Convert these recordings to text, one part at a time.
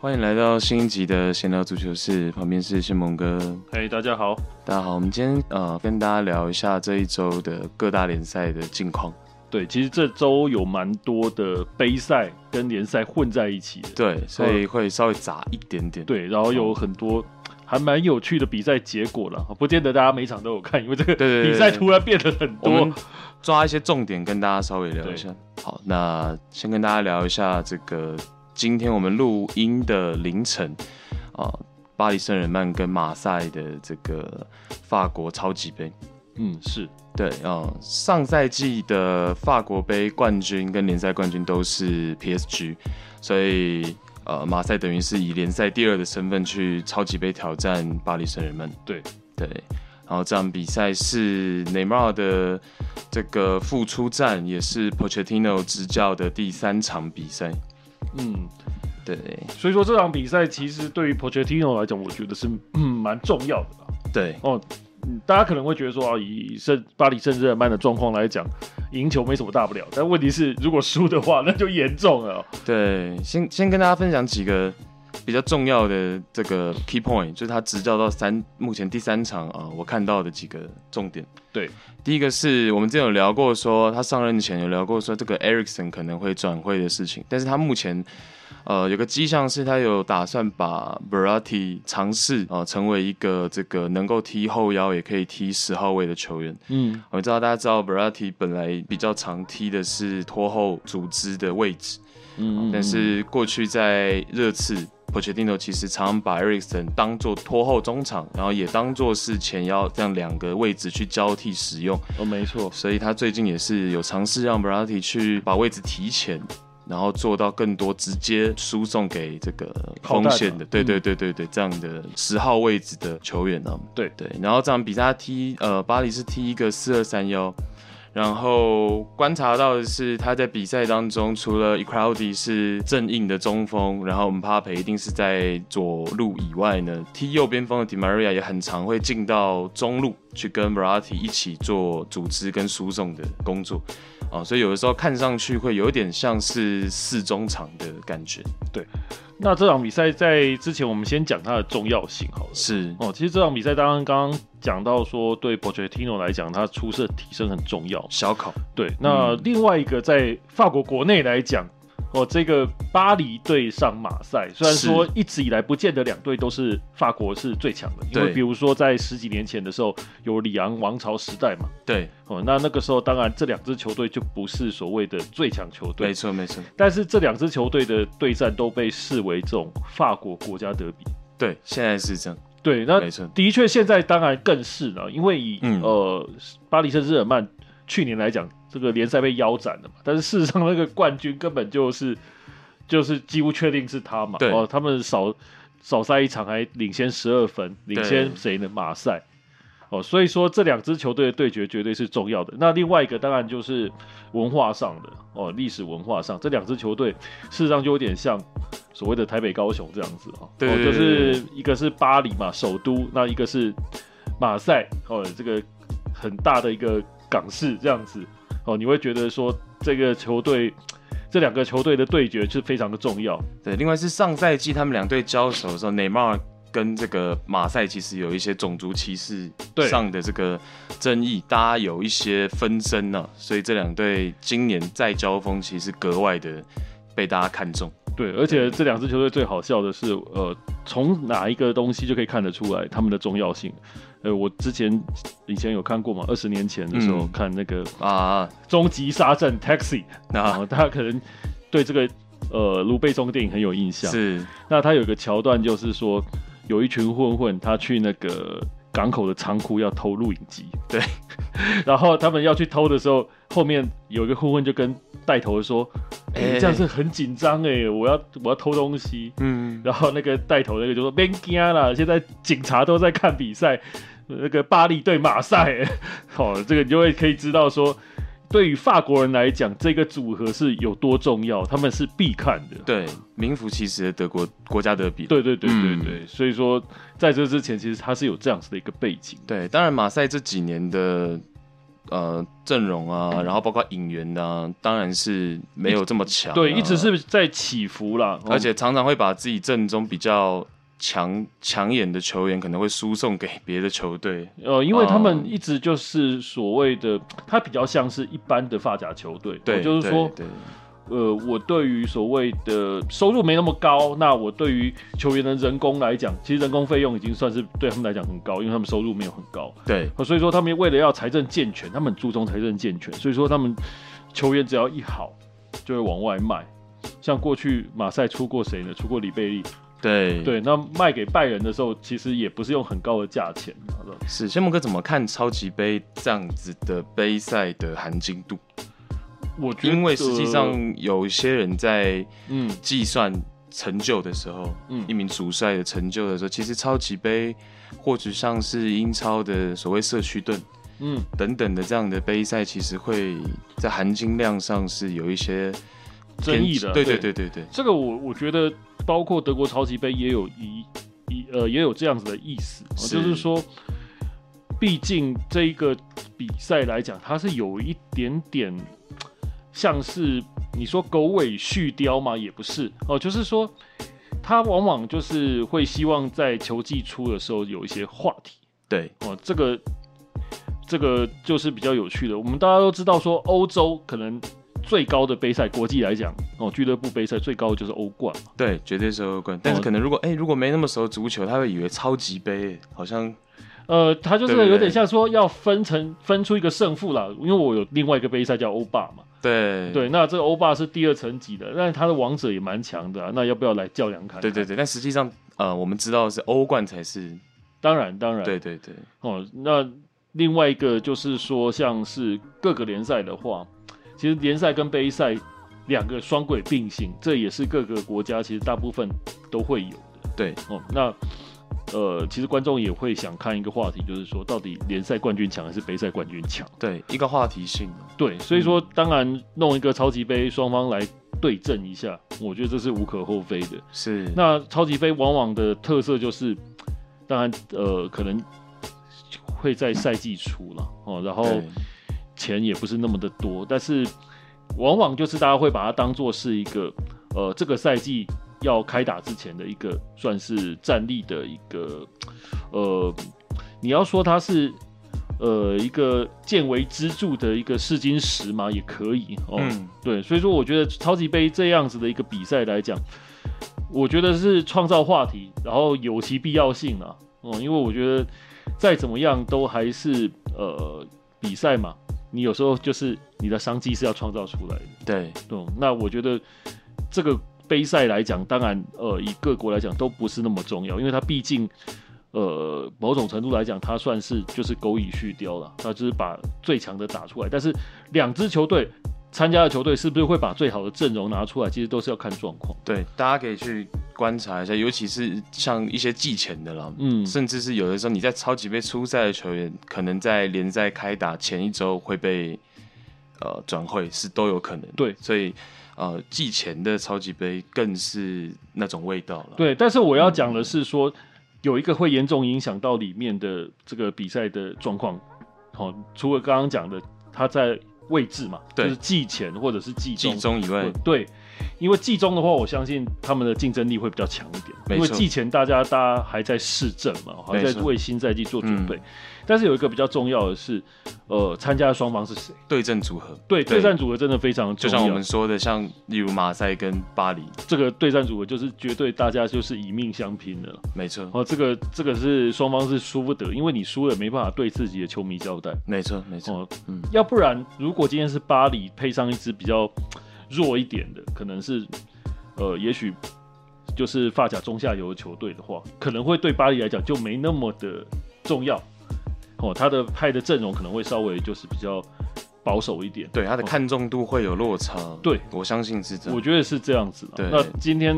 欢迎来到新一集的闲聊足球室，旁边是仙蒙哥。嘿、大家好。大家好，我们今天呃跟大家聊一下这一周的各大联赛的近况。对，其实这周有蛮多的杯赛跟联赛混在一起的。对，所以会稍微杂一点点。，对，然后哦有很多还蛮有趣的比赛结果了，不见得大家每场都有看，因为这个对对对比赛突然变得很我多们。抓一些重点跟大家稍微聊一下。好，那先跟大家聊一下这个今天我们录音的凌晨啊、巴黎圣日耳曼跟马赛的这个法国超级杯。嗯，是对，嗯，上赛季的法国杯冠军跟联赛冠军都是 PSG，所以呃，马赛等于是以联赛第二的身份去超级杯挑战巴黎圣日耳曼。对对，然后这场比赛是内马尔的这个复出战，也是 Pochettino 执教的第三场比赛。嗯，对，所以说这场比赛其实对于 Pochettino 来讲，我觉得是嗯蛮重要的啦。对，哦，嗯，大家可能会觉得说啊，以圣巴黎圣日耳曼的状况来讲，赢球没什么大不了，但问题是如果输的话，那就严重了哦。对，先先跟大家分享几个比较重要的这个 key point，就是他执教到三目前第三场啊、我看到的几个重点。对，第一个是我们之前有聊过说他上任前有聊过说这个 Ericsson 可能会转会的事情，但是他目前呃有个迹象是他有打算把 Berati 尝试啊、呃成为一个这个能够踢后腰也可以踢十号位的球员。嗯，我知道大家知道 Berati 本来比较常踢的是拖后组织的位置。嗯但是过去在热刺，Pochettino 其实常常把 Ericsson 当做拖后中场，然后也当做是前腰这样两个位置去交替使用，哦，没错，所以他最近也是有尝试让 Berati 去把位置提前。然后做到更多直接输送给这个炮弹锋啊线的，对对对对对，这样的十号位置的球员呢、对对，然后这场比赛他踢呃巴黎是踢一个四二三幺，然后观察到的是，他在比赛当中，除了 e c r o u d y 是正印的中锋，然后 m p a p e 一定是在左路以外呢，踢右边锋的 Di Maria 也很常会进到中路去跟 Verratti 一起做组织跟输送的工作。啊、所以有的时候看上去会有点像是四中场的感觉，那这场比赛在之前，我们先讲它的重要性好了。是哦，其实这场比赛当然刚刚讲到说，对 Pochettino 来讲，他出色提升很重要。小考，对，那嗯另外一个在法国国内来讲，哦，这个巴黎对上马赛，虽然是说一直以来不见得两队都是法国是最强的，因对为比如说在十几年前的时候，有里昂王朝时代嘛，对，哦，那那个时候当然这两支球队就不是所谓的最强球队没，错没错，但是这两支球队的对战都被视为这种法国国家德比。对，现在是这样，对，那没错，的确现在当然更是了，因为以、嗯呃巴黎圣日耳曼去年来讲，这个联赛被腰斩了嘛，但是事实上那个冠军根本就是就是几乎确定是他嘛，对哦，他们少少赛一场还领先十二分，领先对谁呢？马赛。哦，所以说这两支球队的对决绝对是重要的。那另外一个当然就是文化上的哦，历史文化上，这两支球队事实上就有点像所谓的台北、高雄这样子啊、哦，对对就对是一个是巴黎嘛，首都，那一个是马赛哦，这个很大的一个港市这样子哦，你会觉得说这个球队，这两个球队的对决是非常的重要，对，另外是上赛季他们两队交手的时候，内马尔跟这个马赛其实有一些种族歧视对上的这个争议，大家有一些纷争呢、所以这两队今年再交锋，其实格外的被大家看中。对，而且这两支球队最好笑的是，呃，从哪一个东西就可以看得出来他们的重要性。呃，我之前以前有看过嘛，二十年前的时候、嗯看那个《啊，终极杀阵 Taxi》，然那后大家可能对这个呃卢贝松电影很有印象。是啊那他有一个桥段就是说，有一群混混他去那个港口的仓库要偷录影机，对， 然后他们要去偷的时候，后面有一个混混就跟带头说：“哎、哎这样是很紧张哎，我要我要偷东西。”嗯，然后那个带头那个就说：“别惊啦，现在警察都在看比赛，那个巴黎对马赛。”哦，这个你就会可以知道说，对于法国人来讲，这个组合是有多重要，他们是必看的。对，名副其实的德国国家德比。对对对对嗯对，所以说在这之前，其实他是有这样子的一个背景。对，当然马赛这几年的呃阵容啊，然后包括引援的、啊，当然是没有这么强、啊。对，一直，是在起伏啦。哦而且常常会把自己阵中比较强抢眼的球员，可能会输送给别的球队。呃，因为他们嗯一直就是所谓的，它比较像是一般的发甲球队，哦对，就是说，对，对呃，我对于所谓的收入没那么高，那我对于球员的人工来讲，其实人工费用已经算是对他们来讲很高，因为他们收入没有很高，对呃所以说他们为了要财政健全，他们很注重财政健全，所以说他们球员只要一好，就会往外卖。像过去马赛出过谁呢？出过里贝利，对对，那卖给拜仁的时候，其实也不是用很高的价钱。好的是，仙梦哥怎么看超级杯这样子的杯赛的含金度？我觉得，因为实际上有一些人在嗯，计算成就的时候，嗯一名主帅的成就的时候，其实超级杯或者像是英超的所谓社区盾嗯等等的这样的杯赛，其实会在含金量上是有一些争议偏的对对对对对对，这个我我觉得，包括德国超级杯也有一一呃也有这样子的意思，哦是就是说，毕竟这一个比赛来讲，它是有一点点像是你说狗尾续貂嘛，也不是哦，就是说，他往往就是会希望在球季初的时候有一些话题。对哦，这个这个就是比较有趣的。我们大家都知道说，欧洲可能最高的杯赛，国际来讲，哦，俱乐部杯赛最高的就是欧冠嘛。对，绝对是欧冠。哦但是可能如果哎、如果没那么熟足球，他会以为超级杯好像呃，它就对是对有点像说要分成分出一个胜负啦，因为我有另外一个杯赛叫欧霸嘛。对对，那这个欧霸是第二层级的，但是它的王者也蛮强的、啊，那要不要来较量看看？对对，对，但实际上呃，我们知道的是欧冠才是当然当然，对对对哦，那另外一个就是说，像是各个联赛的话，其实联赛跟杯赛两个双轨并行，这也是各个国家其实大部分都会有的对，哦。那呃，其实观众也会想看一个话题，就是说到底联赛冠军强还是杯赛冠军强？对，一个话题性。对，所以说当然弄一个超级杯，双方来对阵一下，我觉得这是无可厚非的。是，那超级杯往往的特色就是，当然呃，可能会在赛季初了哦，然后对钱也不是那么的多，但是往往就是大家会把它当做是一个呃这个赛季要开打之前的一个算是战力的一个呃，你要说它是。呃，一个见微知著的一个试金石嘛，也可以哦。嗯，对，所以说我觉得超级杯这样子的一个比赛来讲，我觉得是创造话题，然后有其必要性啊。嗯，因为我觉得再怎么样都还是呃比赛嘛，你有时候就是你的商机是要创造出来的。对，对，那我觉得这个杯赛来讲，当然呃以各国来讲都不是那么重要，因为它毕竟。呃，某种程度来讲，它算是就是狗以续貂了，它就是把最强的打出来。但是两支球队参加的球队是不是会把最好的阵容拿出来，其实都是要看状况。对，大家可以去观察一下，尤其是像一些季前的啦，嗯，甚至是有的时候你在超级杯初赛的球员，可能在联赛开打前一周会被呃转会，是都有可能。对所以呃季前的超级杯更是那种味道了。，对。但是我要讲的是说，有一个会严重影响到里面的这个比赛的状况。好、除了刚刚讲的，它在位置嘛，对就是季前或者是季中季中以外，对，因为季中的话，我相信他们的竞争力会比较强一点，没因为错季前大家大家还在市政嘛，还在没错嗯为新赛季做准备。但是有一个比较重要的是，呃，参加的双方是谁？对阵组合，对，对对战组合真的非常就重像我要们。说的，像例如马赛跟巴黎，这个对战组合就是绝对大家就是以命相拼的了。没错，哦，这个这个是双方是输不得，因为你输了没办法对自己的球迷交代。没错，没错，哦，嗯要不然如果今天是巴黎配上一支比较弱一点的，可能是呃，也许就是发甲中下游的球队的话，可能会对巴黎来讲就没那么的重要。哦，他的派的阵容可能会稍微就是比较保守一点。对他的看重度会有落差。哦对，我相信是这样我。觉得是这样子对的。那今天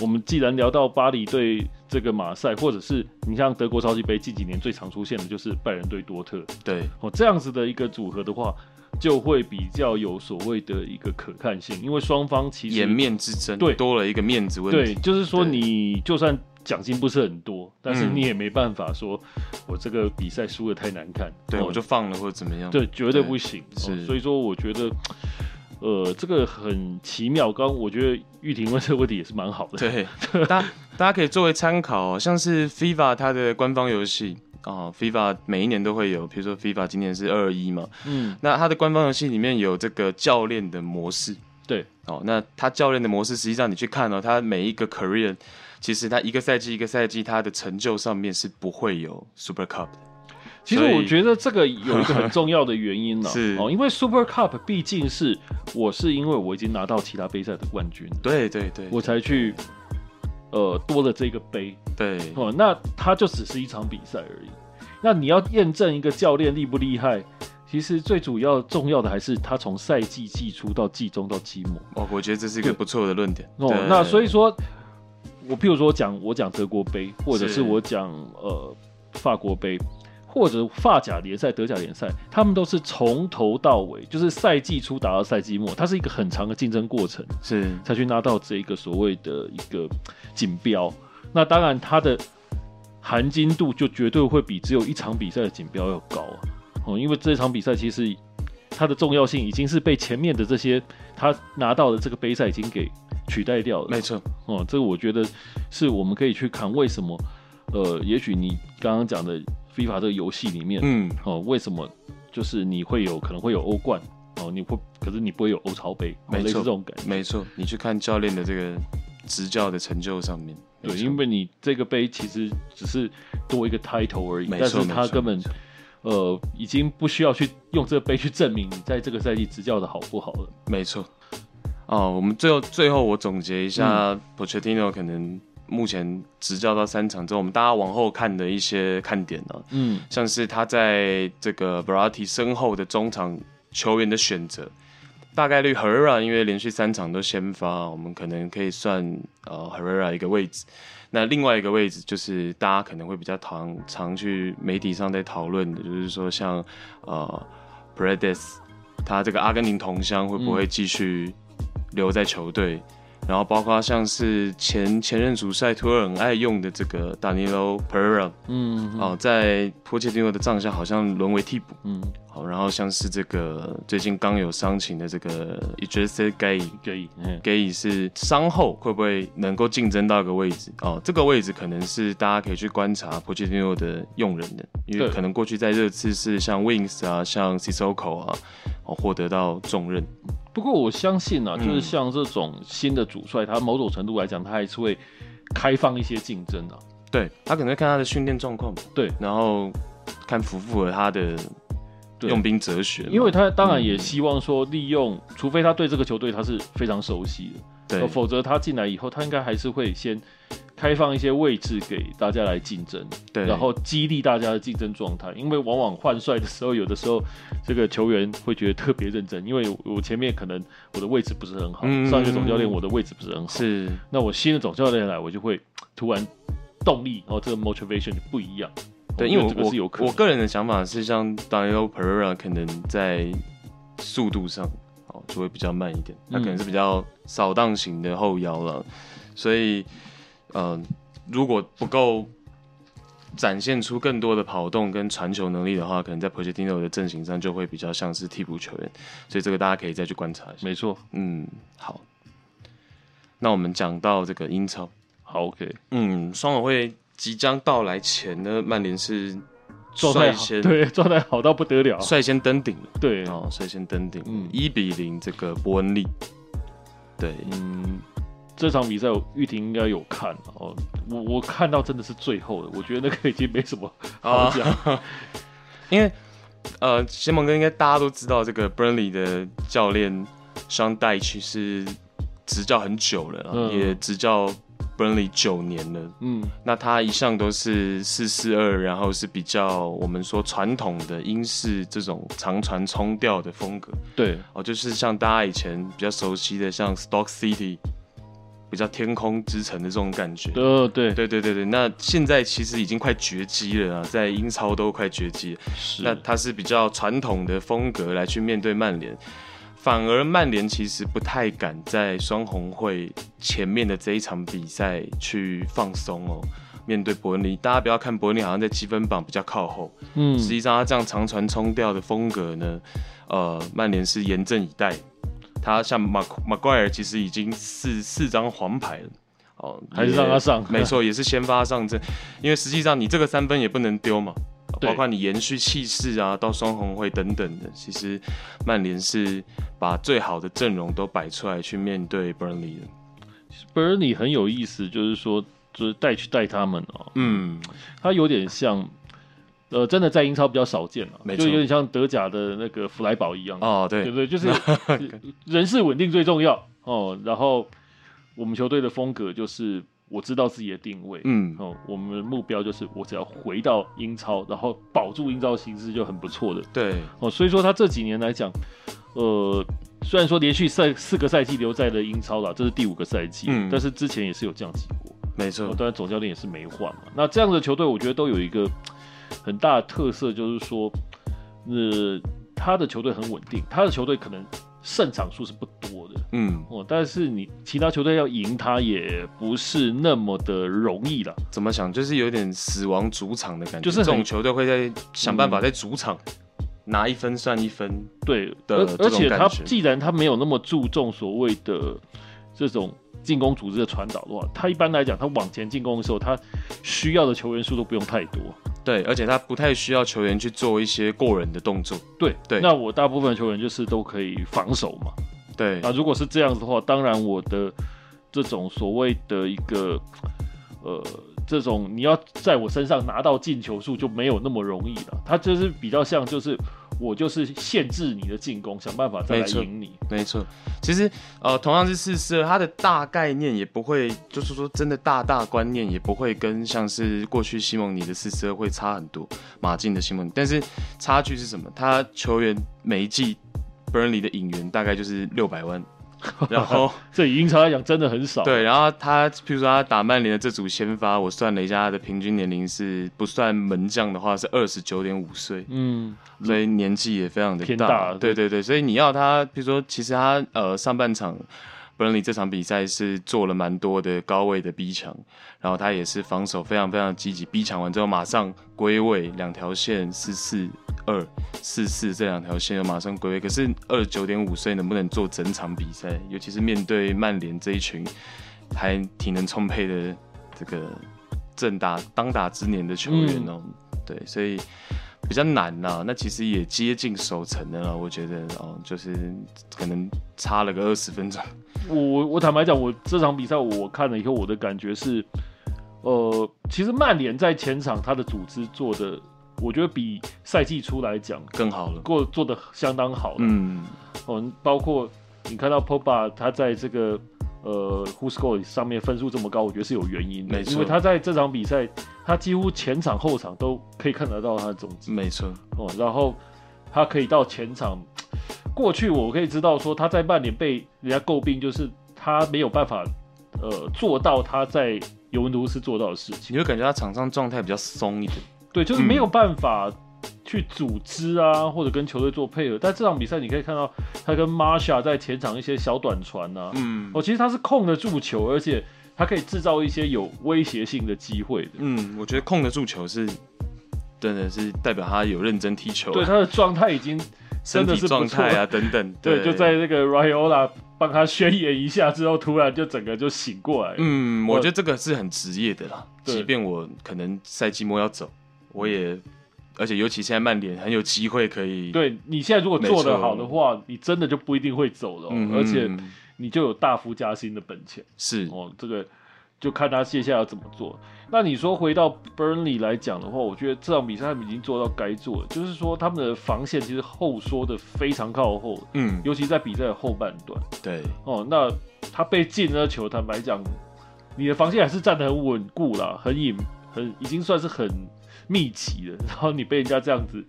我们既然聊到巴黎对这个马赛，或者是你像德国超级杯近几年最常出现的就是拜仁对多特，对，哦，这样子的一个组合的话，就会比较有所谓的一个可看性，因为双方其实颜面之争，对多了一个面子问对，题。就是说对你就算奖金不是很多，但是嗯你也没办法说，我这个比赛输的太难看，对哦我就放了或者怎么样，对，绝嗯对对不行。哦是所以说我觉得，呃，这个很奇妙。刚刚我觉得玉婷问这个问题也是蛮好 的，对， 大大家可以作为参考、哦，像是 FIFA 它的官方游戏啊、f i f a 每一年都会有，比如说 FIFA 今年是二一嘛，嗯，那它的官方游戏里面有这个教练的模式，对，哦，那他教练的模式，实际上你去看哦，他每一个 career，其实他一个赛季一个赛季他的成就上面是不会有 Super Cup 的，其实所以我觉得这个有一 个很重要的原因呢、是哦，因为 Super Cup 毕竟是我是因为我已经拿到其他杯赛的冠军了，对对对，我才去呃多了这个杯对哦，那它就只是一场比赛而已。那你要验证一个教练厉不厉害，其实最主要重要的还是他从赛季季初到季中到季末。哦，我觉得这是一个对不错的论点。哦对，那所以说，我譬如说讲我讲德国杯，或者是是我讲呃法国杯，或者法甲联赛、德甲联赛，他们都是从头到尾，就是赛季初打到赛季末，它是一个很长的竞争过程，是才去拿到这一个所谓的一个锦标。那当然，它的含金度就绝对会比只有一场比赛的锦标要高啊。哦，因为这场比赛其实它的重要性已经是被前面的这些他拿到的这个杯赛已经给取代掉了没。错，哦，这个我觉得是我们可以去看为什么，呃，也许你刚刚讲的 FIFA 这个游戏里面，嗯，哦，为什么就是你会有可能会有欧冠，哦，你会可是你不会有欧超杯，哦没类似错这种感觉。没错，你去看教练的这个执教的成就上面，没对，错因为你这个杯其实只是多一个 title 而已，没但错是没它错根本没错呃已经不需要去用这个杯去证明你在这个赛季执教的好不好了。没错。哦，我们最后最后我总结一嗯下、p o c h e t t i n o 可能目前执教到三场之后，我们大家往后看的一些看点呢、嗯，像是他在这个 b r a t i 身后的中场球员的选择，大概率 Herrera 因为连续三场都先发，我们可能可以算呃 Herrera 一个位置。那另外一个位置就是大家可能会比较常常去媒体上在讨论的，就是说像呃 Paredes，他这个阿根廷同乡会不会继续留在球队？然后包括像是前前任主帅图尔很爱用的这个 Danilo Pereira，嗯哦，在波切蒂诺的帐下好像沦为替补。嗯，好，然后像是这个最近刚有伤情的这个 i d r i s Gay。可以，嗯， Gay 是伤后会不会能够竞争到一个位置？哦，这个位置可能是大家可以去观察波切蒂诺的用人的，因为对可能过去在热刺是像 Wings 啊、像 Sissoko 啊，哦获得到重任。不过我相信啊，嗯就是像这种新的主帅，他某种程度来讲，他还是会开放一些竞争啊。对他可能会看他的训练状况，对，然后看符不符合他的对用兵哲学嘛，因为他当然也希望说利用，除非他对这个球队他是非常熟悉的，对否则他进来以后，他应该还是会先开放一些位置给大家来竞争，对，然后激励大家的竞争状态。因为往往换帅的时候，有的时候这个球员会觉得特别认真，因为我前面可能我的位置不是很好，嗯上一个总教练我的位置不是很好，是那我新的总教练来，我就会突然动力，哦，这个 motivation 就不一样。对，哦因为这个是有可我我能。个人的想法是，像 Daniel Pereira 可能在速度上哦就会比较慢一点，他嗯可能是比较扫荡型的后腰了，所以呃，如果不够展现出更多的跑动跟传球能力的话，可能在 Pochettino 的阵型上就会比较像是替补球员，所以这个大家可以再去观察一下。没错，嗯，好，那我们讲到这个英超。好，OK，嗯，双委会即将到来前呢，曼联是状态率好，先对，状态好到不得了，率先登顶了对，哦，率先登顶嗯，一、比零这个伯恩利。对，嗯，这场比赛我玉婷应该有看哦，我我看到真的是最后的，我觉得那个已经没什么好讲，因为啊呃，先蒙哥应该大家都知道，这个 Burnley 的教练商戴奇是执教很久了啊，嗯也执教 Burnley 九年了。嗯，那他一向都是四四二，然后是比较我们说传统的英式这种长传冲吊的风格。对，哦，就是像大家以前比较熟悉的，像 Stock City，比较天空之城的这种感觉。呃，对，对对对对，那现在其实已经快绝迹了啊，在英超都快绝迹了。是，那它是比较传统的风格来去面对曼联，反而曼联其实不太敢在双红会前面的这一场比赛去放松哦。面对伯恩利。大家不要看伯恩利好像在积分榜比较靠后，嗯实际上他这样长传冲吊的风格呢，呃，曼联是严阵以待。他像马马奎尔其实已经四四张黄牌了，哦，还是也让他上没 错，也是先发上阵，因为实际上你这个三分也不能丢嘛，对包括你延续气势啊，到双红会等等的。其实曼联是把最好的阵容都摆出来去面对 Burnley 的。 Bernie 很有意思，就是说就是带去带他们哦，嗯，他有点像，呃，真的在英超比较少见了、没错就有点像德甲的那个弗莱堡一样，哦，对对不，对？ 就是人事稳定最重要哦。然后我们球队的风格就是我知道自己的定位，嗯，哦，我们的目标就是我只要回到英超，然后保住英超形势就很不错的对，哦。所以说他这几年来讲，呃，虽然说连续赛四个赛季留在了英超啦，这是第五个赛季，嗯但是之前也是有降级过。没哦错，当然总教练也是没换嘛。那这样的球队，我觉得都有一个很大的特色，就是说，呃，他的球队很稳定，他的球队可能胜场数是不多的嗯，哦，但是你其他球队要赢他也不是那么的容易了。怎么想就是有点死亡主场的感觉，就是这很种球队会在想办法嗯在主场拿一分算一分，对，的而这种而且他感觉既然他没有那么注重所谓的这种进攻组织的传导的话，他一般来讲，他往前进攻的时候，他需要的球员数都不用太多。对，而且他不太需要球员去做一些过人的动作，对对那我大部分的球员就是都可以防守嘛。对，那如果是这样子的话，当然我的这种所谓的一个呃，这种你要在我身上拿到进球数就没有那么容易了。他就是比较像就是我就是限制你的进攻，想办法再没来错赢你。没错，其实呃，同样是四四二，它的大概念也不会，就是说真的大大观念也不会跟像是过去西蒙尼的四四二会差很多，马竞的西蒙尼，但是差距是什么？他球员每一季 Burnley 的引援大概就是六百 万，然后这以英超来讲真的很少。对，然后他譬如说他打曼联的这组先发，我算了一下，他的平均年龄是不算门将的话是二十九点五岁，嗯，所以年纪也非常的偏大。大对对对，所以你要他，比如说，其实他呃上半场。伯恩利这场比赛是做了蛮多的高位的逼抢，然后他也是防守非常非常积极，逼抢完之后马上归位，两条线四四二四四这两条线马上归位。可是二十九点五岁能不能做整场比赛？尤其是面对曼联这一群还体能充沛的这个正打当打之年的球员哦，对，所以比较难呐、那其实也接近守城的了，我觉得哦，就是可能差了个二十分钟。我我我坦白讲，我这场比赛我看了以后，我的感觉是，呃，其实曼联在前场他的组织做的，我觉得比赛季初来讲更好了。过做的相当好了。嗯，哦，包括你看到 Pogba 他在这个呃 Who Score 上面分数这么高，我觉得是有原因的，没错因为他在这场比赛，他几乎前场后场都可以看得到他的踪迹没错，哦，然后他可以到前场。过去我可以知道说他在曼联被人家诟病，就是他没有办法呃做到他在尤文图斯做到的事情，你嗯会感觉他场上状态比较松一点。对，就是没有办法。去组织啊，或者跟球队做配合，但这场比赛你可以看到他跟 Marsha 在前场一些小短传啊，嗯哦，其实他是控得住球，而且他可以制造一些有威胁性的机会的。嗯，我觉得控得住球是真的是代表他有认真踢球、对，啊，他的状态已经身真的体是不状态啊等等。 对，对，就在那个 Riola 帮他宣言一下之后，突然就整个就醒过来。嗯，我我觉得这个是很职业的啦。对即便我可能赛季末要走，我也而且尤其现在曼联很有机会可以。对你现在如果没错做得好的话，你真的就不一定会走了哦、嗯，嗯，而且嗯你就有大幅加薪的本钱是哦。这个就看他接下来要怎么做。那你说回到 Burnley 来讲的话，我觉得这场比赛他们已经做到该做了，就是说他们的防线其实后缩的非常靠后，嗯，尤其在比赛的后半段对，哦，那他被进那球，坦白讲，你的防线还是站得很稳固啦，很隐很已经算是很密集了。 然后你被人家这样子，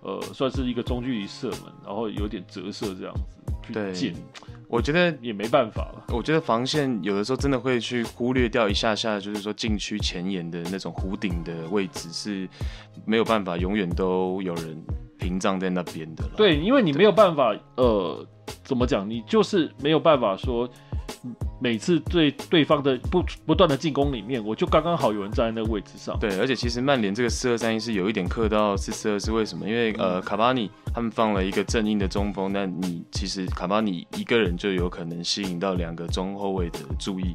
呃，算是一个中距离射门，然后有点折射这样对子去进，我觉得也没办法了。我觉得防线有的时候真的会去忽略掉一下下，就是说禁区前沿的那种弧顶的位置是没有办法永远都有人屏障在那边的了。，对，因为你没有办法，呃，怎么讲，你就是没有办法说。嗯每次对对方的不不断的进攻里面，我就刚刚好有人站在那个位置上。对，而且其实曼联这个四二三一是有一点克到四四二，是为什么？因为呃，卡巴尼他们放了一个正印的中锋，那你其实卡巴尼一个人就有可能吸引到两个中后卫的注意，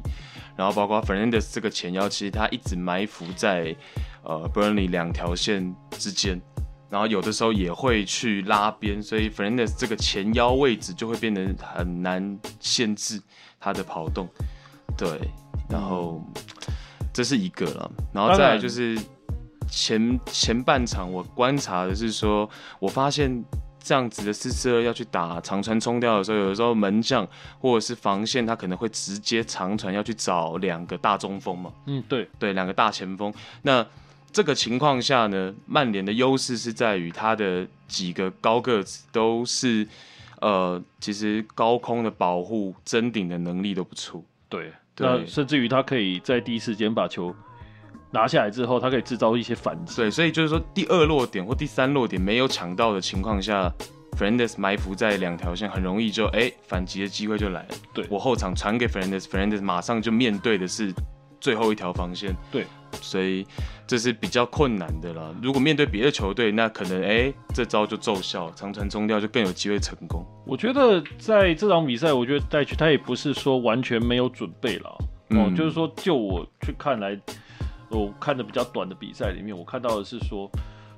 然后包括 Fernandez 这个前腰，其实他一直埋伏在呃 Burnley 两条线之间。然后有的时候也会去拉边，所以 Fernandez 这个前腰位置就会变得很难限制他的跑动。对，然后这是一个了，然后再来就是前前半场我观察的是说，我发现这样子的四四二要去打长传冲掉的时候，有的时候门将或者是防线他可能会直接长传要去找两个大中锋嘛，嗯，对，对，两个大前锋。那这个情况下呢，曼联的优势是在于他的几个高个子都是，呃，其实高空的保护、争顶的能力都不错。对，对那甚至于他可以在第一时间把球拿下来之后，他可以制造一些反击。对，所以就是说第二落点或第三落点没有抢到的情况下 f e r n a n d e z 埋伏在两条线，很容易就哎反击的机会就来了。对我后场传给 f e r n a n d e z f e r n a n d e z 马上就面对的是最后一条防线。对，所以这是比较困难的啦。如果面对别的球队，那可能哎这招就奏效，长传中掉就更有机会成功。我觉得在这场比赛，我觉得带去他也不是说完全没有准备了，哦，嗯就是说就我去看来，我看的比较短的比赛里面，我看到的是说，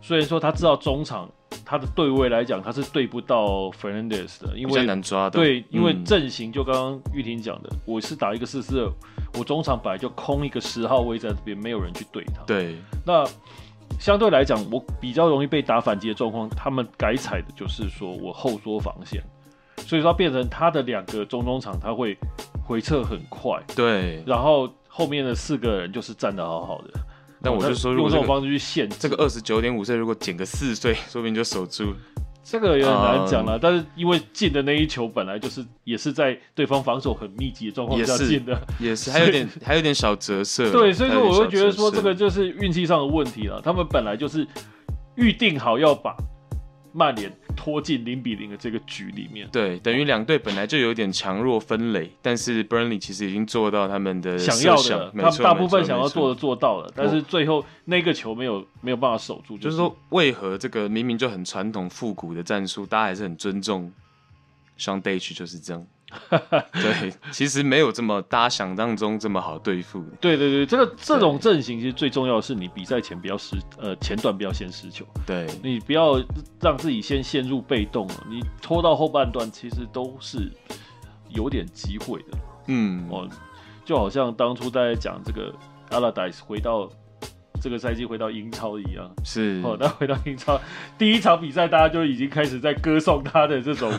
虽然说他知道中场他的对位来讲，他是对不到 Fernandez 的，因比较为难抓的。对，因为嗯阵型就刚刚玉婷讲的，我是打一个四四二，我中场本来就空一个十号位在这边，没有人去对他。对那相对来讲，我比较容易被打反击的状况，他们改采的就是说我后缩防线，所以说变成他的两个中中场他会回撤很快，对，然后后面的四个人就是站得好好的。哦但我就说如果用这这个种方式去限制这个二十九点五岁，如果减个四岁，说不定就守住了。这个也很难啊讲了。但是因为进的那一球本来就是也是在对方防守很密集的状况也下是进的，也是，所以还有点 还有点小折射。对，所以说我还有会点小觉得说折这射个就是运气上的问题了。他们本来就是预定好要把曼联拖进零比零的这个局里面，对，等于两队本来就有点强弱分垒，但是 Burnley 其实已经做到他们的想要设的想没他们错大部分没错想要没错做的做到了，但是最后那个球没有没有办法守住，就是说，为何这个明明就很传统复古的战术，大家还是很尊重 Sean Dage 就是 这样。对，其实没有这么大家想象中这么好对付的。对对对，这个这种对阵型其实最重要的是你比赛前不要失呃前段不要先失球，对，你不要让自己先陷入被动了，你拖到后半段其实都是有点机会的。嗯，哦，就好像当初大家讲这个 Allardyce 回到这个赛季回到英超一样。是，哦，那回到英超第一场比赛，大家就已经开始在歌颂他的这种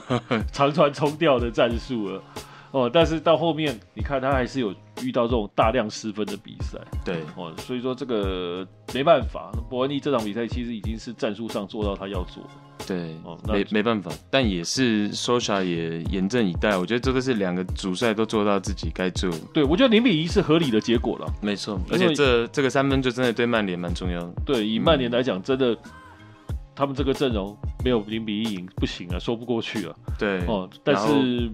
长传冲吊的战术了。哦，但是到后面你看他还是有遇到这种大量失分的比赛对，哦，所以说这个没办法，伯恩利这场比赛其实已经是战术上做到他要做的。对，哦那没没办法，但也是 Sosa 也严阵以待。我觉得这都是两个主帅都做到自己该做的。对我觉得零比一是合理的结果了。没错，而因且为这这个三分就真的对曼联蛮重要的。对，以曼嗯联来讲，真的他们这个阵容没有零比一赢不行啊，说不过去啊。对，哦，但然后是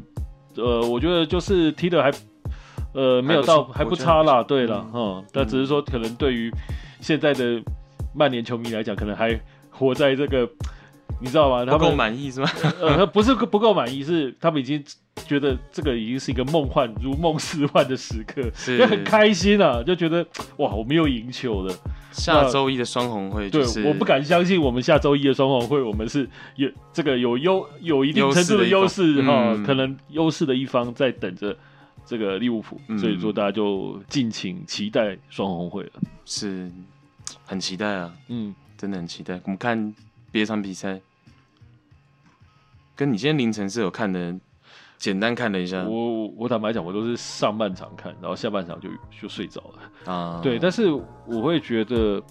呃，我觉得就是踢的还呃没有还到不错还不我觉得差啦，还不错嗯对啦，哦，但只是说可能对于现在的曼联球迷来讲，可能还活在这个你知道吗？他不够们满意 是吗？呃不是不够满意，是他们已经觉得这个已经是一个梦幻如梦似幻的时刻。是也很开心啊，就觉得哇，我们又赢球了。下周一的双红会对就是，我不敢相信我们下周一的双红会，我们是有这个有优有一定程度的优优势势的一哈、方哦 嗯可能优势的一方在等着这个利物浦，嗯所以说大家就敬请期待双红会了。是很期待啊。嗯，真的很期待。我们看别场比赛，跟你今天凌晨是有看的，简单看了一下我我坦白讲，我都是上半场看，然后下半场就就睡着了。啊。对，但是我会觉得，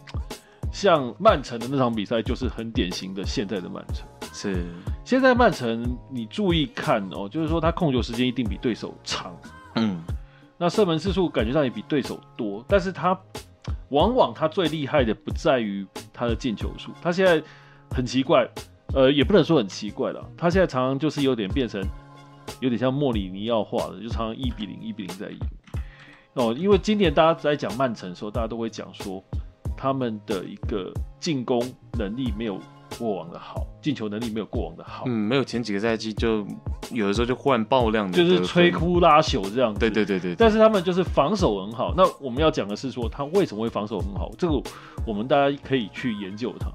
像曼城的那场比赛就是很典型的现在的曼城。是现在曼城，你注意看哦，就是说他控球时间一定比对手长，嗯那射门次数感觉上也比对手多，但是他往往他最厉害的不在于他的进球数，他现在很奇怪，呃，也不能说很奇怪了，他现在常常就是有点变成有点像莫里尼奥化的，就常常一比零、一比零在赢。哦，因为今年大家在讲曼城的时候，大家都会讲说他们的一个进攻能力没有过往的好，进球能力没有过往的好，嗯，没有前几个赛季就有的时候就忽然爆量的，就是摧。枯拉朽这样子。对对对对，但是他们就是防守很好。那我们要讲的是说，他为什么会防守很好？这个我们大家可以去研究它。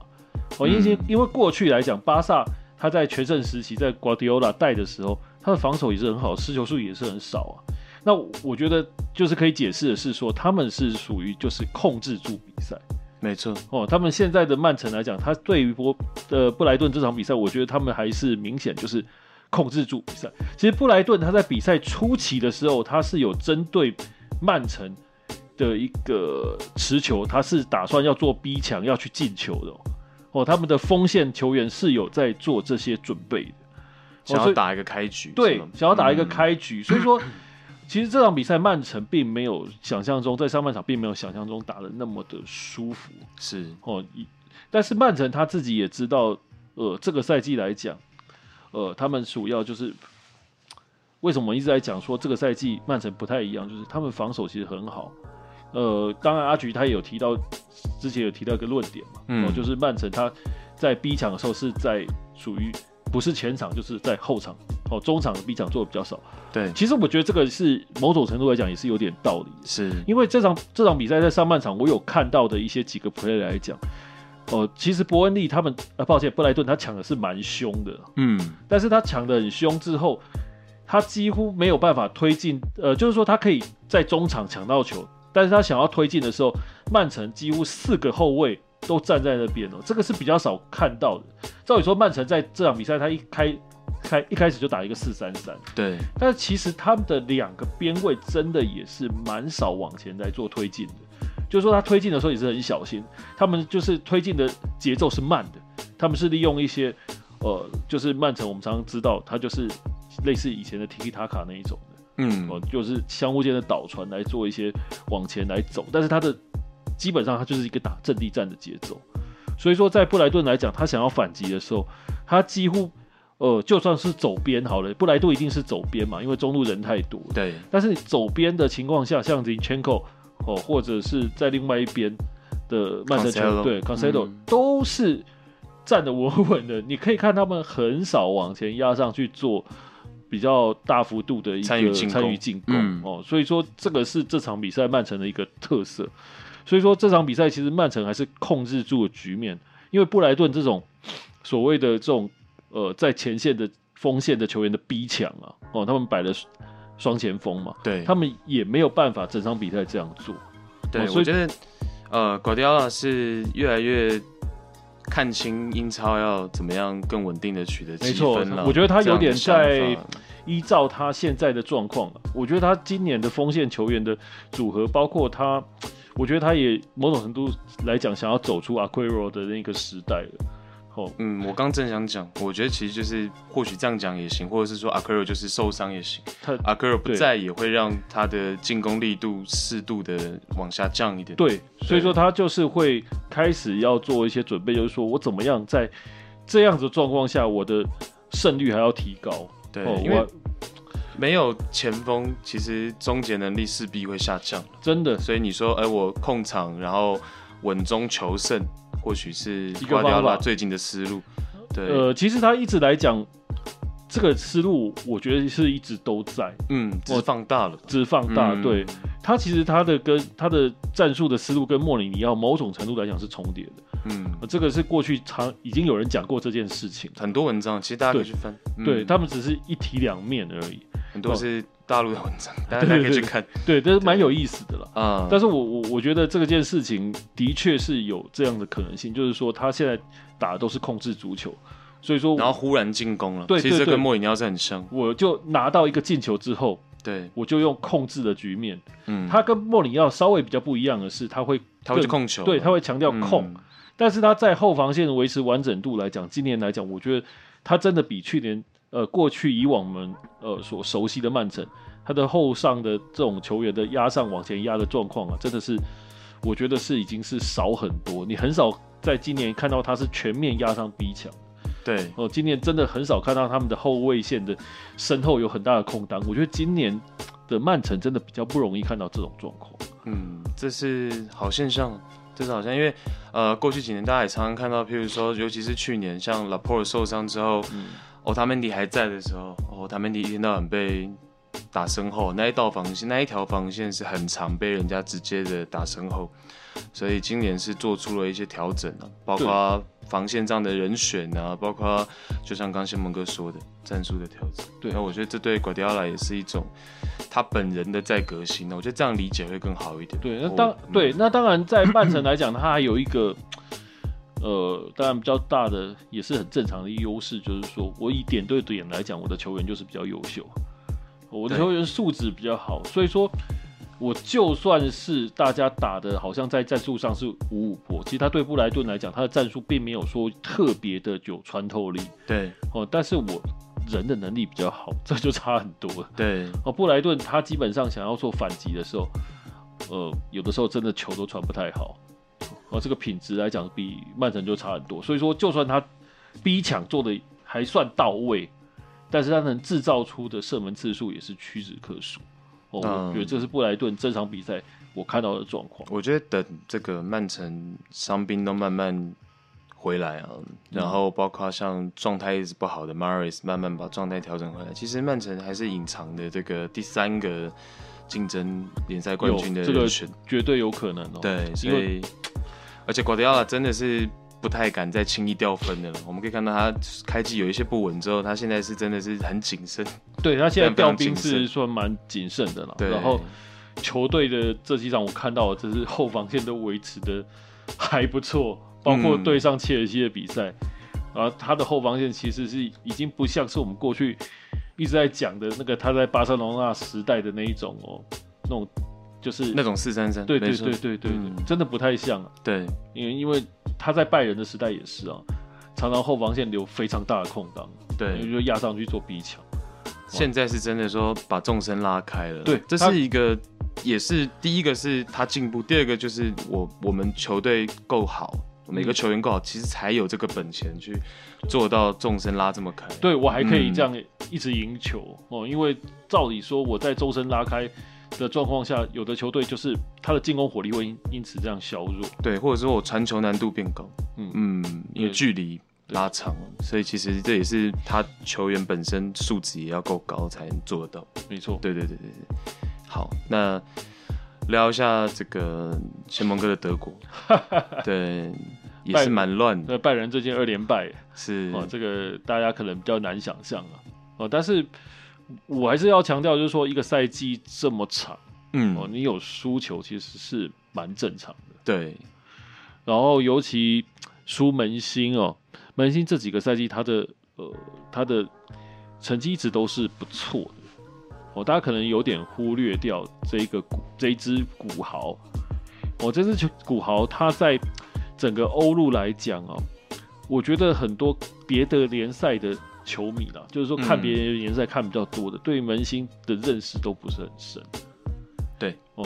哦，因为、嗯因为过去来讲，巴萨他在全盛时期，在 Guardiola 带的时候，他的防守也是很好，失球数也是很少啊。那我我觉得就是可以解释的是说，他们是属于就是控制住比赛没错，哦。他们现在的曼城来讲，他对于波呃布莱顿这场比赛，我觉得他们还是明显就是控制住比赛。其实布莱顿他在比赛初期的时候，他是有针对曼城的一个持球，他是打算要做逼抢，要去进球的哦。哦，他们的锋线球员是有在做这些准备的，想所要以打一个开局，对是吗，想要打一个嗯开局。所以说，其实这场比赛曼城并没有想象中在上半场并没有想象中打的那么的舒服。是哦，一但是曼城他自己也知道，呃，这个赛季来讲，呃，他们主要就是为什么我们一直在讲说这个赛季曼城不太一样，就是他们防守其实很好。呃，当然阿菊他也有提到，之前有提到一个论点嘛，嗯哦，就是曼城他在逼抢的时候是在属于不是前场就是在后场，哦，中场的逼抢做的比较少。对其实我觉得这个是某种程度来讲也是有点道理的是，因为这场这场比赛在上半场，我有看到的一些几个 play 来讲，哦、其实伯恩利他们，呃，抱歉，布莱顿他抢的是蛮凶的，嗯但是他抢的很凶之后，他几乎没有办法推进，呃，就是说他可以在中场抢到球，但是他想要推进的时候，曼城几乎四个后卫都站在那边哦，这个是比较少看到的。照理说，曼城在这场比赛他一开开一开始就打一个四三三。对但其实他们的两个边位真的也是蛮少往前来做推进的，就是说他推进的时候也是很小心，他们就是推进的节奏是慢的，他们是利用一些呃，就是曼城我们常常知道，他就是类似以前的 Tiki Taka 那一种的，嗯哦、就是相互间的倒传来做一些往前来走，但是他的基本上他就是一个打阵地战的节奏，所以说在布莱顿来讲，他想要反击的时候，他几乎呃就算是走边好了，布莱顿一定是走边嘛，因为中路人太多了。对但是你走边的情况下，像 Zinchenko 哦，或者是在另外一边的曼城 Cancelo 球对 Cancelo、嗯都是站得稳稳的，你可以看他们很少往前压上去做比较大幅度的一个参与进攻参与进攻、嗯哦，所以说这个是这场比赛曼城的一个特色。所以说这场比赛其实曼城还是控制住了局面，因为布莱顿这种所谓的这种呃在前线的锋线的球员的逼抢啊，哦，他们摆了双前锋嘛，对，他们也没有办法整场比赛这样做。对，哦所以我觉得呃，瓜迪奥拉是越来越看清英超要怎么样更稳定的取得积没错分了。我觉得他有点这样的在想法依照他现在的状况啊，我觉得他今年的锋线球员的组合，包括他，我觉得他也某种程度来讲，想要走出阿奎罗的那个时代了。哦，嗯，我刚正想讲，我觉得其实就是或许这样讲也行，或者是说阿奎罗就是受伤也行，他阿奎罗不对在也会让他的进攻力度适度的往下降一点。对，所以说他就是会开始要做一些准备，就是说我怎么样在这样子的状况下，我的胜率还要提高。对，哦，因为我没有前锋，其实终结能力势必会下降。真的所以你说，哎、我控场，然后稳中求胜，或许是个瓜迪奥方法拉最近的思路。对，呃，其实他一直来讲，这个思路我觉得是一直都在，嗯，只是放大了吧。只是放大。嗯对他其实他的跟他的战术的思路跟莫里尼奥某种程度来讲是重叠的，嗯，呃这个是过去常已经有人讲过这件事情，很多文章其实大家可以去翻，嗯对他们只是一体两面而已。很多是大陆的文 章，大家对大家可以去对看对，这是蛮有意思的啦。啊。但是我我我觉得这个件事情的确是有这样的可能性，就是说他现在打的都是控制足球，所以说然后忽然进攻了，对其实这对对跟莫里尼奥是很像。我就拿到一个进球之后，对，我就用控制的局面。嗯，他跟莫里奥稍微比较不一样的是，他会他会去更控球，对他会强调嗯控，，但是他在后防线维持完整度来讲，今年来讲，我觉得他真的比去年呃过去以往我们呃所熟悉的曼城，他的后上的这种球员的压上往前压的状况啊，真的是我觉得是已经是少很多，你很少在今年看到他是全面压上逼抢。对，哦，今年真的很少看到他们的后卫线的身后有很大的空档。我觉得今年的曼城真的比较不容易看到这种状况。嗯，这是好现象，啊这是好像因为呃，过去几年大家也常常看到，譬如说，尤其是去年像 Laporte 受伤之后，嗯，哦，塔门迪还在的时候，哦，塔门迪一天到晚被打身后，那一道防线，那一条防线是很常被人家直接的打身后，所以今年是做出了一些调整啊，包括防线上的人选啊，包括就像刚先蒙哥说的战术的调整。对那我觉得这对瓜迪奥拉也是一种他本人的在革新呢，啊我觉得这样理解会更好一点。对，那我当、嗯对，那当然在曼城来讲，它还有一个呃，当然比较大的也是很正常的优势，就是说我以点对点来讲，我的球员就是比较优秀，我的对球员素质比较好，所以说。我就算是大家打的，好像在战术上是五五波，其实他对布莱顿来讲，他的战术并没有说特别的有穿透力对哦，但是我人的能力比较好，这就差很多了。对哦，布莱顿他基本上想要做反击的时候，呃，有的时候真的球都传不太好，哦，这个品质来讲比曼城就差很多。所以说，就算他逼抢做的还算到位，但是他能制造出的射门次数也是屈指可数。哦，我嗯觉得这是布莱顿这场比赛我看到的状况。我觉得等这个曼城伤兵都慢慢回来啊，然后包括像状态一直不好的 Maris 慢慢把状态调整回来，其实曼城还是隐藏的这个第三个竞争联赛冠有军的这个人选。绝对有可能哦。对，所因为以而且瓜迪奥拉真的是不太敢再轻易掉分的了。我们可以看到他开季有一些不稳之后，他现在是真的是很谨慎。对他现在非常非常调兵谨慎是算蛮谨慎的了。对，然后球队的这几场我看到，这是后防线都维持的 还不错，包括嗯对上切尔西的比赛，啊，他的后防线其实是已经不像是我们过去一直在讲的那个他在巴塞罗那时代的那一种哦，那种就是那种四三三，对没对错对对对对，嗯真的不太像、啊，对因为因为他在拜仁的时代也是啊，常常后防线留非常大的空档，对，就压上去做逼抢。现在是真的说把众生拉开了，对这他是一个，也是第一个是他进步，第二个就是我我们球队够好，每个球员嗯够好，其实才有这个本钱去做到众生拉这么开。对我还可以嗯这样一直赢球、哦，因为照理说我在周身拉开的状况下，有的球队就是他的进攻火力会因因此这样削弱。对，或者说我传球难度变高，嗯嗯，因为对距离拉长了，所以其实这也是他球员本身素质也要够高才能做得到。没错，对对对对对，好，那聊一下这个前蒙哥的德 国，对，也是蛮乱的，那拜仁最近二连败是，哦，这个大家可能比较难想象啊哦，但是我还是要强调，就是说一个赛季这么长哦，嗯，你有输球其实是蛮正常的。对，然后尤其输门兴哦，门兴这几个赛季他的呃他的成绩一直都是不错的哦，大家可能有点忽略掉这个古这一支古豪哦，这支球古豪他在整个欧陆来讲哦，我觉得很多别的联赛的球迷啦，就是说看嗯别人联赛看比较多的，对门兴的认识都不是很深。对，哦，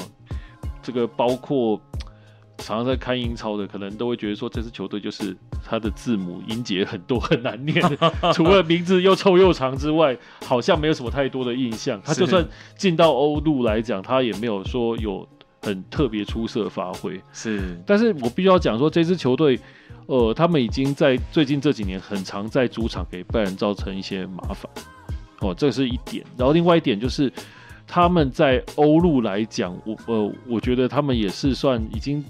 这个包括常常在看英超的，可能都会觉得说这支球队就是它的字母音节很多很难念，除了名字又臭又长之外，好像没有什么太多的印象。他是就算进到欧陆来讲，他也没有说有很特别出色的发挥。是，但是我必须要讲说，这支球队，呃，他们已经在最近这几年很常在主场给拜仁造成一些麻烦，哦，这是一点。然后另外一点就是，他们在欧陆来讲，我呃，我觉得他们也是算已经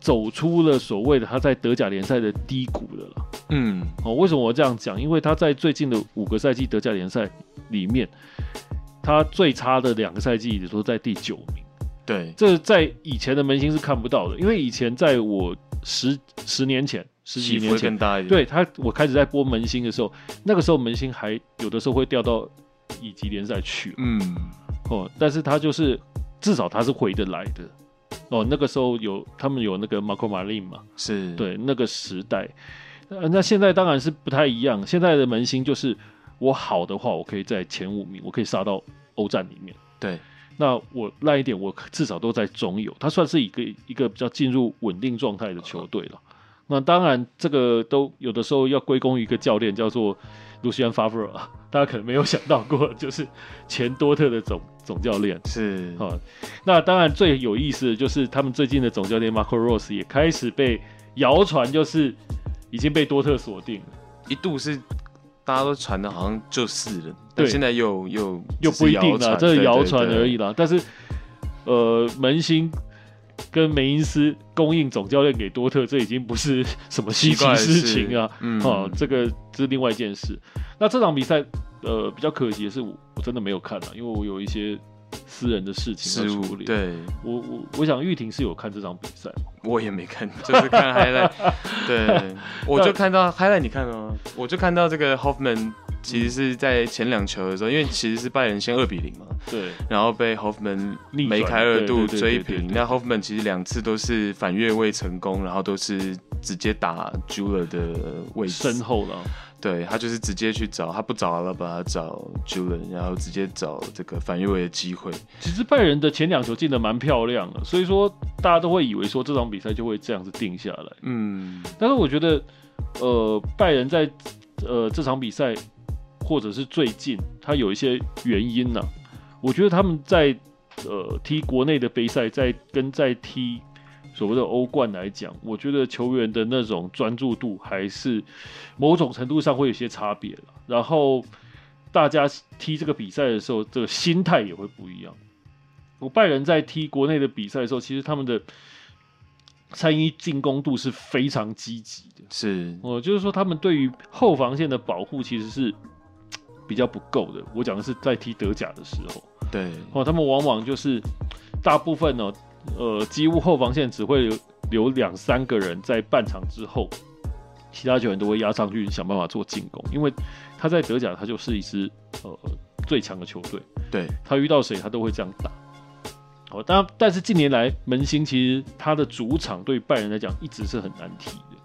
走出了所谓的他在德甲联赛的低谷了啦。嗯，哦，为什么我这样讲？因为他在最近的五个赛季德甲联赛里面，他最差的两个赛季也都在第九名。对，这在以前的门兴是看不到的，因为以前在我十十年前、十几起伏年会前更，大一点，对他，我开始在播门兴的时候，那个时候门兴还有的时候会掉到乙级联赛去嗯，哦，但是他就是至少他是回得来的哦。那个时候有他们有那个 Marco Marin 嘛，是，，对那个时代、呃，那现在当然是不太一样。现在的门兴就是我好的话，我可以在前五名，我可以杀到欧战里面。对，那我烂一点，我至少都在中游，他算是一个一个比较进入稳定状态的球队了。那当然，这个都有的时候要归功于一个教练，叫做卢西安·法弗尔啊，大家可能没有想到过，就是前多特的总总教练。是好、那当然最有意思的就是他们最近的总教练 Marco Rose 也开始被谣传，就是已经被多特锁定了，一度是大家都传的好像就是了，对但现在又又又不一定了啦，，这是对谣传而。对对已啦。但是，呃，门兴跟梅因斯供应总教练给多特，这已经不是 什么稀奇奇怪的事是情啊。嗯，哦，这个这是另外一件事。那这场比赛，呃，比较可惜的是我，我真的没有看啊，因为我有一些私人的事情失要误处理。，对我我我想玉婷是有看这场比赛，我也没看， 就是看 highlight，对， 我就看到 highlight，你看了吗？我就看到这个 Hoffman 其实是在前两球的时候，因为其实是拜仁先二比零嘛，对，然后被 Hoffman 逆转梅开二度对对追对对对平。对那 Hoffman 其实两次都是反越位成功，然后都是直接打 Jula 的位置身，后了。对他就是直接去找，他不找阿拉巴，他找 Jula，然后直接找这个反越位的机会。其实拜仁的前两球进的蛮漂亮的，所以说大家都会以为说这场比赛就会这样子定下来。嗯，但是我觉得，呃，拜仁在呃这场比赛，或者是最近，他有一些原因呢、我觉得他们在呃踢国内的杯赛，在跟在踢所谓的欧冠来讲，我觉得球员的那种专注度还是某种程度上会有些差别了。然后大家踢这个比赛的时候，这个心态也会不一样。我拜仁在踢国内的比赛的时候，其实他们的参与进攻度是非常积极的。是哦、就是说他们对于后防线的保护其实是比较不够的。我讲的是在踢德甲的时候，对，哦，他们往往就是大部分呢、呃，几乎后防线只会留留两三个人在半场之后，其他球员都会压上去想办法做进攻，因为他在德甲他就是一支呃最强的球队，对，他遇到谁他都会这样打。哦，当然，但是近年来门兴其实他的主场对拜仁来讲一直是很难踢的，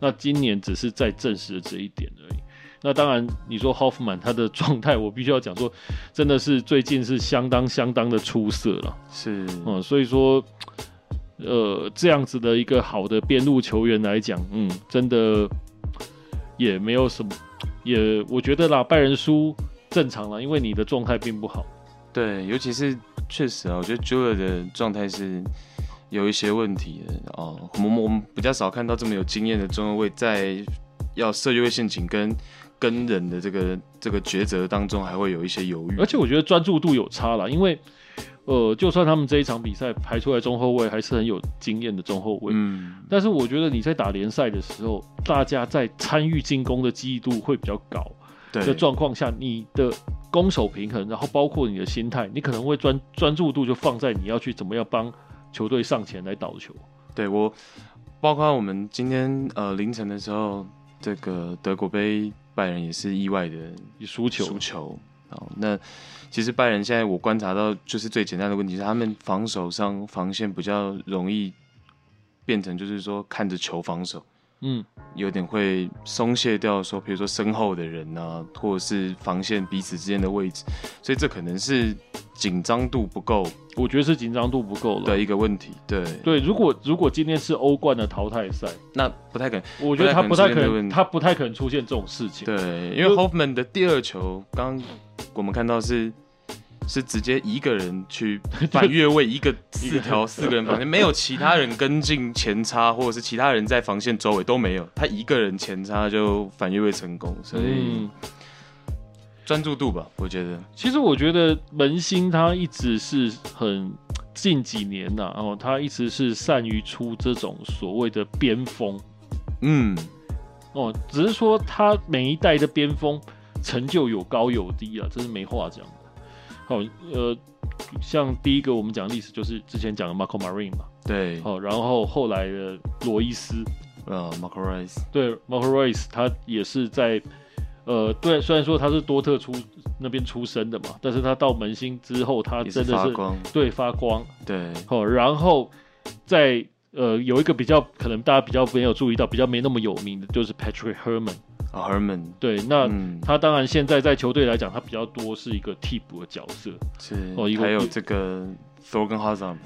那今年只是在证实了这一点而已。那当然，你说 Hoffman 他的状态，我必须要讲说，真的是最近是相当相当的出色了，是，嗯，所以说，呃，这样子的一个好的边路球员来讲，嗯，真的也没有什么，也我觉得啦，拜仁输正常了，因为你的状态并不好，对，尤其是确实啊，我觉得 Jula 的状态是有一些问题的哦。我们我们比较少看到这么有经验的中后卫在要射越位陷阱跟跟人的这个这个抉择当中，还会有一些犹豫。而且我觉得专注度有差了，因为，呃，就算他们这一场比赛排出来中后卫还是很有经验的中后卫，嗯，但是我觉得你在打联赛的时候，大家在参与进攻的记忆度会比较高的对，状况下，你的攻守平衡，然后包括你的心态，你可能会专专注度就放在你要去怎么样帮球队上前来倒球。对我包括我们今天呃凌晨的时候，这个德国杯拜仁也是意外的你输球，输球。好，那其实拜仁现在我观察到，就是最简单的问题是，他们防守上防线比较容易变成，就是说看着球防守，嗯，有点会松懈掉说，比如说身后的人啊，或者是防线彼此之间的位置，所以这可能是紧张度不够我觉得是紧张度不够了。的一个问题。对，对如果如果今天是欧冠的淘汰赛，那不太可能。我觉得他不太可不太可能出现这个问能，题他不太可能出现这种事情。对，因为 Hoffman 的第二球，刚刚我们看到是是直接一个人 去反越位，一个四条四个人防线，没有其他人跟进前插，或者是其他人在防线周围都没有，他一个人前插就反越位成功，所以嗯，专注度吧，我觉得其实我觉得门兴他一直是很近几年呐、哦，他一直是善于出这种所谓的边锋嗯，哦，只是说他每一代的边锋成就有高有低啊，这是没话讲的。好、呃，像第一个我们讲历史就是之前讲的 Marco Marin 嘛，对，好、然后后来的罗伊斯，呃，Marco Rice，对 Marco Royce，他也是在呃，对，虽然说他是多特出那边出生的嘛，但是他到门兴之后，他也是真的发是光，对发光对，哦，然后在呃有一个比较可能大家比较没有注意到，比较没那么有名的就是 Patrick Herman，啊，Herman，对，那。嗯，他当然现在在球队来讲，他比较多是一个替补的角色。是哦一，个还有这个 Thorgan Hazard，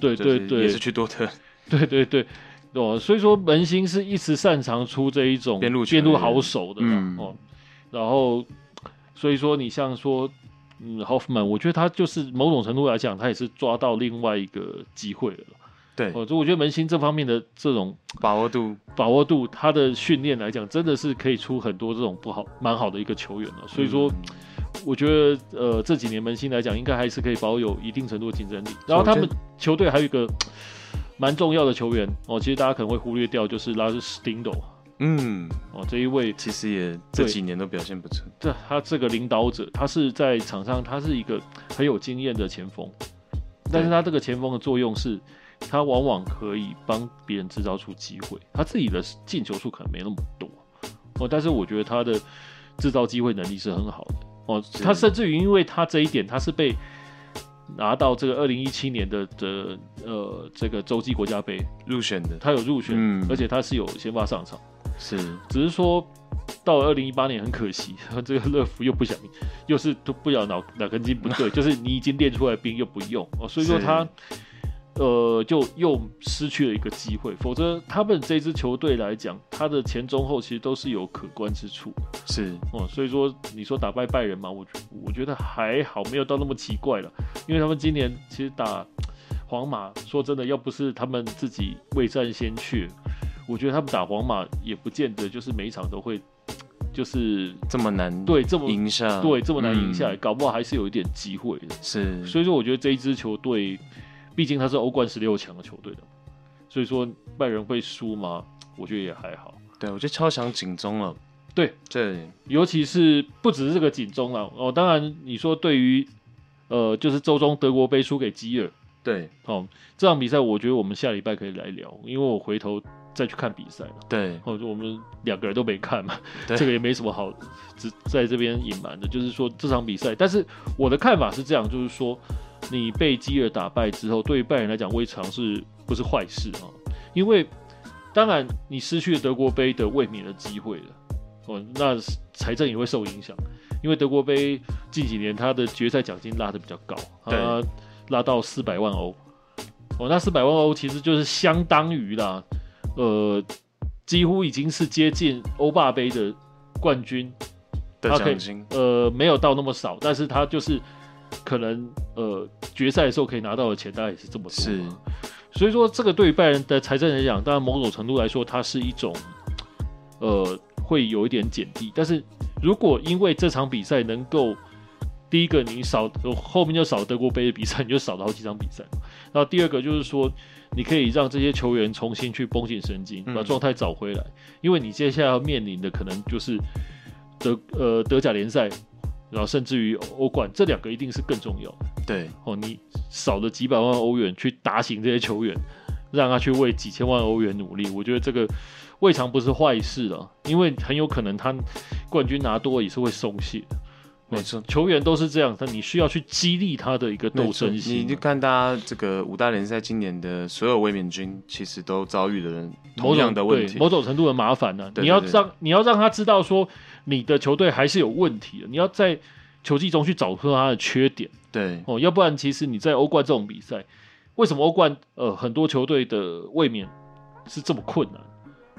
对就是对对，也是去多特，对对对，哦，所以说门兴是一直擅长出这一种边路球边员路好手的啦、嗯哦，然后所以说你像说嗯 Hoffman，我觉得他就是某种程度来讲，他也是抓到另外一个机会了。对，哦，就我觉得门兴这方面的这种把握度把握度，他的训练来讲，真的是可以出很多这种不好蛮好的一个球员了、所以嗯说。我觉得，呃，这几年门兴来讲，应该还是可以保有一定程度的竞争力。然后他们球队还有一个蛮重要的球员哦，其实大家可能会忽略掉，就是拉斯斯丁斗嗯，嗯哦这一位，其实也这对几年都表现不错，这他这个领导者，他是在场上他是一个很有经验的前锋，但是他这个前锋的作用是，他往往可以帮别人制造出机会，他自己的进球数可能没那么多哦，但是我觉得他的制造机会能力是很好的哦，他甚至于因为他这一点，他是被拿到这个二零一七年的的呃这个洲际国家杯，入选的他有入选，嗯而且他是有先发上场。是只是说到二零一八年很可惜， 这个乐福又不想，又是都不晓得脑哪根筋不对，就是你已经练出来的兵又不用哦，所以说是他呃就又失去了一个机会。否则他们这支球队来讲，他的前中后其实都是有可观之处是，哦，所以说你说打败拜仁嘛，我觉我觉得还好，没有到那么奇怪了，因为他们今年其实打。皇马说真的，要不是他们自己未战先怯，我觉得他们打皇马也不见得就是每一场都会，就是这么难对这么嗯赢下，对这么难赢下来，嗯搞不好还是有一点机会的。是，所以说，我觉得这一支球队，毕竟他是欧冠十六强的球队的，所以说拜仁会输吗？我觉得也还好。对我觉得敲响警钟了，对对，尤其是不只是这个警钟了哦，当然你说对于呃，就是周中德国杯输给基尔对哦，这场比赛我觉得我们下礼拜可以来聊，因为我回头再去看比赛了。对哦，就我们两个人都没看嘛，对这个也没什么好只在这边隐瞒的。就是说这场比赛，但是我的看法是这样，就是说你被基尔打败之后，对于拜仁来讲未尝是不是坏事啊？因为当然你失去了德国杯的卫冕的机会了，哦，那财政也会受影响，因为德国杯近几年它的决赛奖金拉的比较高，它拉到四百万欧。哦，那四百万欧其实就是相当于啦，呃，几乎已经是接近欧霸杯的冠军，的他可以奖金呃，没有到那么少，但是他就是可能呃决赛的时候可以拿到的钱大概也是这么多是嘛，所以说这个对于拜仁的财政来讲，当然某种程度来说，它是一种呃会有一点减低，但是如果因为这场比赛能够第一个你少后面就少德国杯的比赛，你就少了好几场比赛，然后第二个就是说。你可以让这些球员重新去绷紧神经，嗯把状态找回来，因为你接下来要面临的可能就是德呃德甲联赛，然后甚至于欧冠，这两个一定是更重要的对哦。你少了几百万欧元去打醒这些球员，让他去为几千万欧元努力，我觉得这个未尝不是坏事了，因为很有可能他冠军拿多了也是会松懈的。没错哦球员都是这样，但你需要去激励他的一个斗没错争心啊。你就看大家这个五大联赛今年的所有卫冕军，其实都遭遇了某同样种的问题对，某种程度的麻烦呢、对你要对对让你要让他知道说你的球队还是有问题的，你要在球技中去找出他的缺点对哦，要不然其实你在欧冠这种比赛，为什么欧冠呃很多球队的卫冕是这么困难？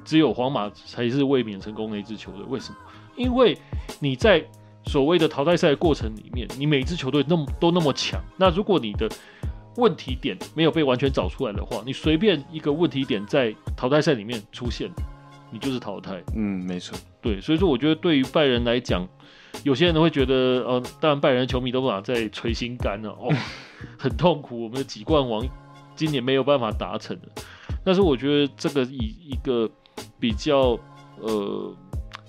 只有皇马才是卫冕成功的一支球队，为什么？因为你在所谓的淘汰赛的过程里面，你每支球队那么都那么强，那如果你的问题点没有被完全找出来的话，你随便一个问题点在淘汰赛里面出现，你就是淘汰。嗯，没错，对，所以说我觉得对于拜仁来讲，有些人会觉得，呃，当然拜仁的球迷都不想在捶心肝了、哦，很痛苦，我们的几冠王今年没有办法达成的。但是我觉得这个以一个比较呃，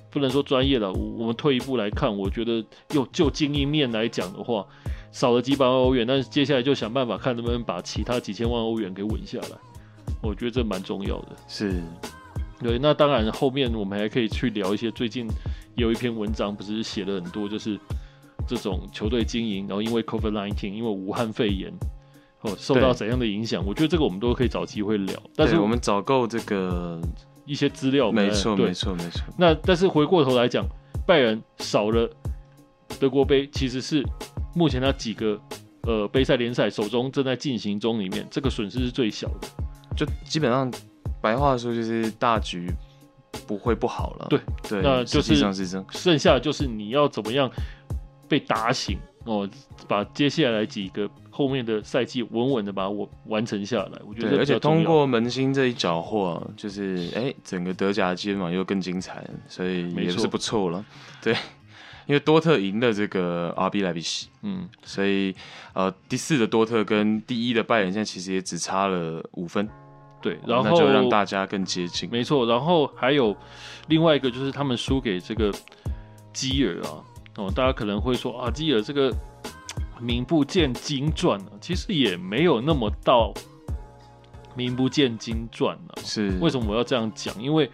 不能说专业了，我我们退一步来看，我觉得又就精英面来讲的话，少了几百万欧元，但是接下来就想办法看能不能把其他几千万欧元给稳下来，我觉得这蛮重要的。是对，那当然，后面我们还可以去聊一些最近有一篇文章，不是写了很多，就是这种球队经营，然后因为 COVID 1 9因为武汉肺炎，哦，受到对怎样的影响？我觉得这个我们都可以找机会聊。但是对我们找够这个，一些资料我们没来，错对没错没错，那但是回过头来讲，拜仁少了德国杯，其实是目前那几个呃杯赛联赛手中正在进行中里面，这个损失是最小的。就基本上白话说就是大局不会不好了。对对，那就实是际上是这样。剩下的就是你要怎么样被打醒哦，把接下来几个后面的赛季稳稳的把我完成下来。我觉对，得这而比较且重通要过门兴这一缴获啊，就是哎、整个德甲今晚又更精彩了，所以没也错是不错了。对，因为多特赢了这个 RB 莱比锡，嗯，所以呃，第四的多特跟第一的拜仁现在其实也只差了五分，对，然哦那后就让大家更接近。没错，然后还有另外一个就是他们输给这个基尔啊，哦，大家可能会说啊，基尔这个嘖名不见经传啊，其实也没有那么到名不见经传啊。是为什么我要这样讲？因为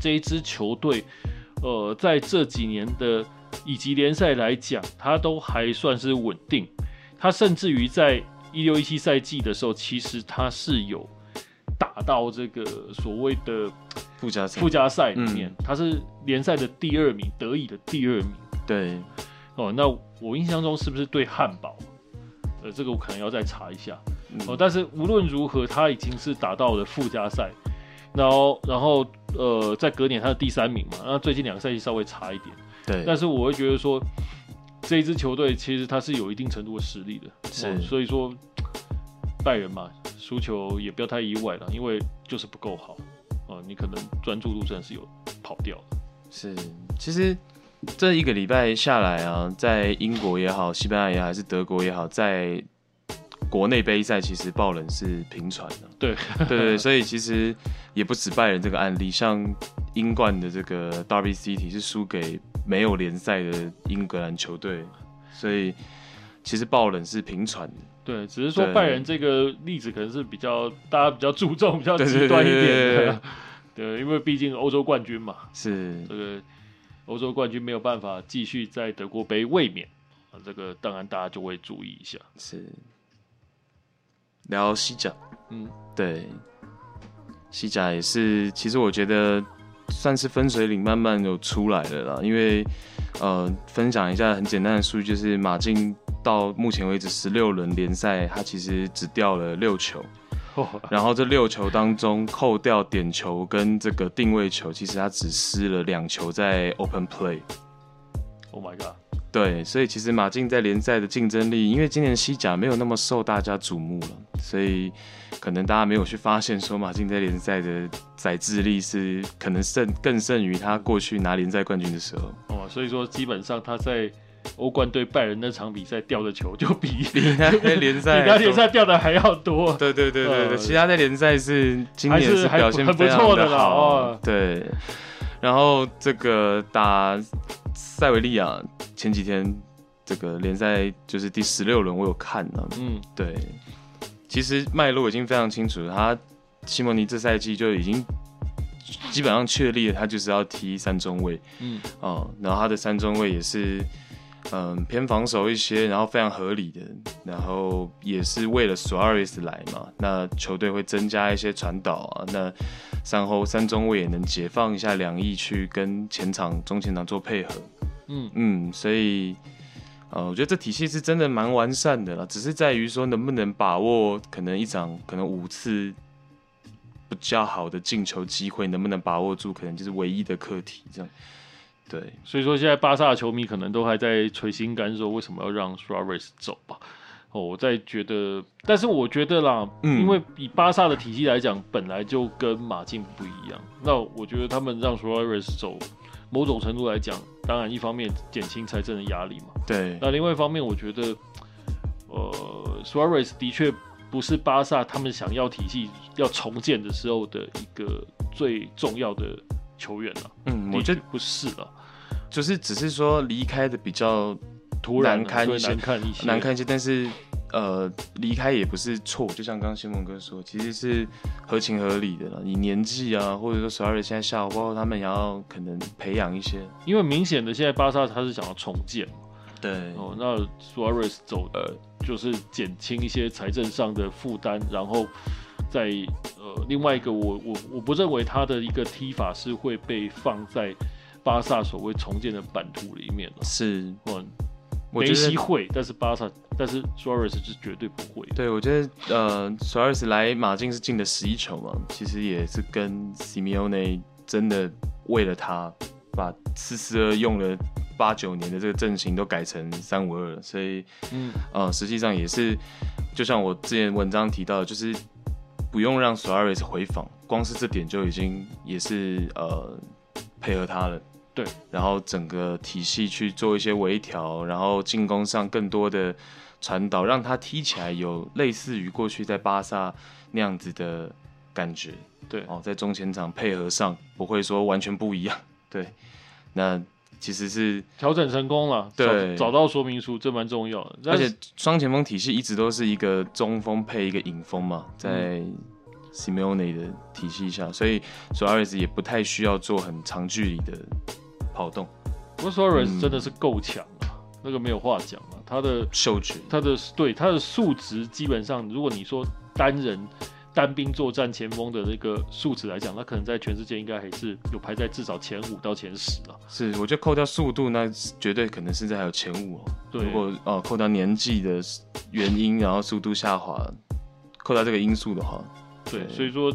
这一支球队，呃，在这几年的以及联赛来讲，它都还算是稳定。它甚至于在一六一七赛季的时候，其实它是有打到这个所谓的附加赛附？加赛里面，它是联赛的第二名，德乙的第二名。对，哦，那我印象中是不是对汉堡？呃，这个我可能要再查一下。嗯哦，但是无论如何，他已经是打到了附加赛，然后然后呃，在隔年他的第三名嘛，那最近两个赛季稍微差一点，对，但是我会觉得说，这一支球队其实它是有一定程度的实力的，哦是所以说拜仁嘛，输球也不要太意外了，因为就是不够好哦、你可能专注度真的是有跑掉了，是。其实这一个礼拜下来啊，在英国也好，西班牙也好，还是德国也好，在国内杯赛其实爆冷是频传的、对 对对，所以其实也不止拜仁这个案例，像英冠的这个 Derby City 是输给没有联赛的英格兰球队，所以其实爆冷是频传的。对，只是说对拜仁这个例子可能是比较大家比较注重、比较对对极端一点对对对的，对，因为毕竟欧洲冠军嘛，是这个欧洲冠军没有办法继续在德国杯卫冕，啊，这个当然大家就会注意一下。是，聊西甲，嗯，对，西甲也是，其实我觉得算是分水岭慢慢有出来了啦。因为呃，分享一下很简单的数据，就是马竞到目前为止十六轮联赛，他其实只掉了六球，哦然后这六球当中扣掉点球跟这个定位球，其实他只失了两球在 open play。 Oh my god！对，所以其实马竞在联赛的竞争力，因为今年西甲没有那么受大家瞩目了，所以可能大家没有去发现说马竞在联赛的载智力是可能胜更胜于他过去拿联赛冠军的时候， 哦，所以说基本上他在欧冠对拜仁那场比赛掉的球就比比比他在联赛他联赛掉的还要多。对对对对呃对，其他在联赛是今年还是还表现很不非常错的啦好，哦对。然后这个打塞维利亚前几天这个联赛就是第十六轮，我有看啊，嗯，对，其实脉络已经非常清楚，他西蒙尼这赛季就已经基本上确立了他就是要踢三中卫，嗯，哦、然后他的三中卫也是嗯偏防守一些，然后非常合理的，然后也是为了索阿瑞斯来嘛，那球队会增加一些传导啊，那三后三中卫也能解放一下两翼去跟前场中前场做配合，嗯嗯，所以呃，我觉得这体系是真的蛮完善的了，只是在于说能不能把握可能一场可能五次比较好的进球机会，能不能把握住，可能就是唯一的课题。这样，对，所以说现在巴萨的球迷可能都还在捶心肝说为什么要让 Suarez 走吧。哦，我在觉得，但是我觉得啦，嗯因为以巴萨的体系来讲，本来就跟马竞不一样。那我觉得他们让 Suarez 走，某种程度来讲，当然一方面减轻财政的压力嘛，对，那另外一方面，我觉得，呃，Suarez 的确不是巴萨他们想要体系要重建的时候的一个最重要的球员了。嗯，的我确觉得不是啊了，就是只是说离开的比较突然难啊堪所以一些难看一些，难看一些，但是呃，离开也不是错，就像刚刚新梦哥说，其实是合情合理的了。你年纪啊，或者说十二现在下午，包括他们也要可能培养一些，因为明显的现在巴萨他是想要重建嘛对，哦，那嗯 Suarez 走呃就是减轻一些财政上的负担，然后在呃另外一个我我我不认为他的一个踢法是会被放在巴萨所谓重建的版图里面的。是哦，我梅觉西得会，但是巴萨，但是 Suarez 是绝对不会的。对，我觉得呃，索尔斯来马竞是进了十一球嘛，其实也是跟 Simeone 真的为了他把四四二用了八九年的这个阵型都改成三五二，所以嗯，呃，实际上也是，就像我之前文章提到的，就是不用让 Suarez 回防，光是这点就已经也是呃配合他了。对，然后整个体系去做一些微调，然后进攻上更多的传导，让他踢起来有类似于过去在巴萨那样子的感觉。对，哦，在中前场配合上不会说完全不一样。对，那其实是调整成功了，找对找到说明书，这蛮重要的。但而是且双前锋体系一直都是一个中锋配一个影锋嘛，在 Simeone 的体系下，所以 Suarez 也不太需要做很长距离的跑动，不过 Suarez 嗯真的是够强啊，那个没有话讲啊，他的嗅觉他的对他的数值基本上，如果你说单人单兵作战前锋的那个数值来讲，他可能在全世界应该还是有排在至少前五到前十啊。是，我觉得扣掉速度，那绝对可能甚至还有前五哦。对如果哦、扣掉年纪的原因，然后速度下滑，扣掉这个因素的话，对，对所以说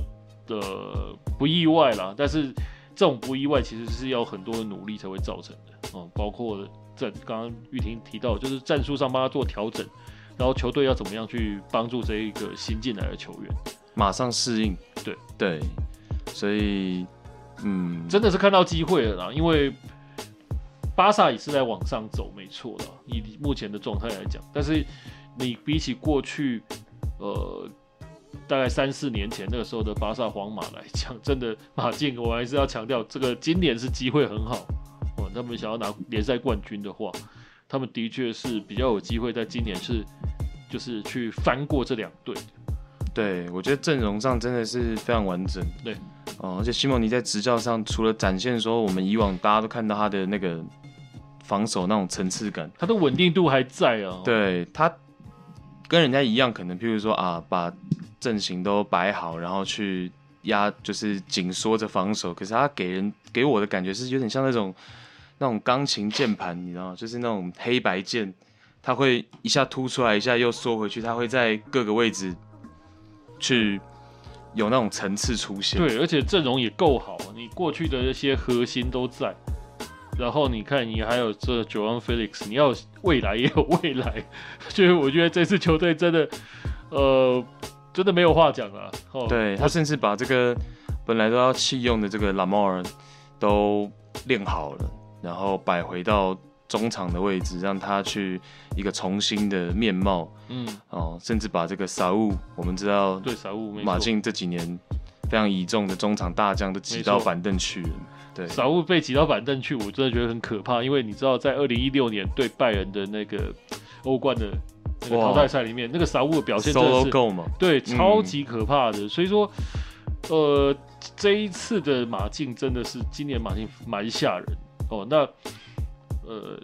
呃不意外啦，但是这种不意外其实是要很多的努力才会造成的哦、包括在刚刚玉婷提到，就是战术上帮他做调整，然后球队要怎么样去帮助这一个新进来的球员，马上适应。对对，所以嗯，真的是看到机会了啦，因为。巴萨也是在往上走，没错啦。以目前的状态来讲，但是你比起过去，呃，大概三四年前那个时候的巴萨皇马来讲，真的马竞，我还是要强调，这个今年是机会很好哦。他们想要拿联赛冠军的话，他们的确是比较有机会在今年是就是去翻过这两队。对，我觉得阵容上真的是非常完整。对，哦，而且西蒙尼在执教上，除了展现说我们以往大家都看到他的那个防守那种层次感，他的稳定度还在哦啊。对他跟人家一样，可能譬如说啊，把阵型都摆好，然后去压，就是紧缩着防守。可是他给人给我的感觉是有点像那种那种钢琴键盘，你知道吗？就是那种黑白键，它会一下凸出来，一下又缩回去，它会在各个位置去有那种层次出现。对，而且阵容也够好，你过去的一些核心都在。然后你看，你还有这九万 Felix，你要有未来也有未来，所以我觉得这支球队真的，呃，真的没有话讲了。哦，对他甚至把这个本来都要弃用的这个拉莫尔都练好了，然后摆回到中场的位置，让他去一个重新的面貌嗯，哦，甚至把这个萨乌，我们知道对，傻物没错马竞这几年非常倚重的中场大将都挤没到错板凳去了，对，傻物被挤到板凳去，我真的觉得很可怕，因为你知道，在二零一六年对拜仁的那个欧冠的那个哇淘汰赛里面，那个傻物的表现真的 solo 是 go 嘛，对，嗯超级可怕的。所以说，呃，这一次的马竞真的是今年马竞蛮吓人哦。那呃，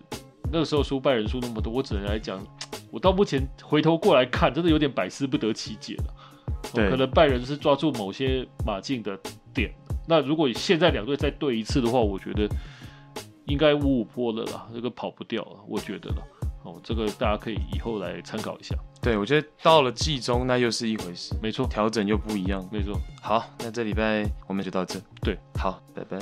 那个时候输拜仁输那么多，我只能来讲，我到目前回头过来看，真的有点百思不得其解了。哦对、可能拜仁是抓住某些马竞的点，那如果现在两队再对一次的话，我觉得应该五五波了啦，这个跑不掉了，我觉得了。哦，这个大家可以以后来参考一下。对我觉得到了季中那又是一回事，没错，调整又不一样。没错。好，那这礼拜我们就到这，对，好，拜拜。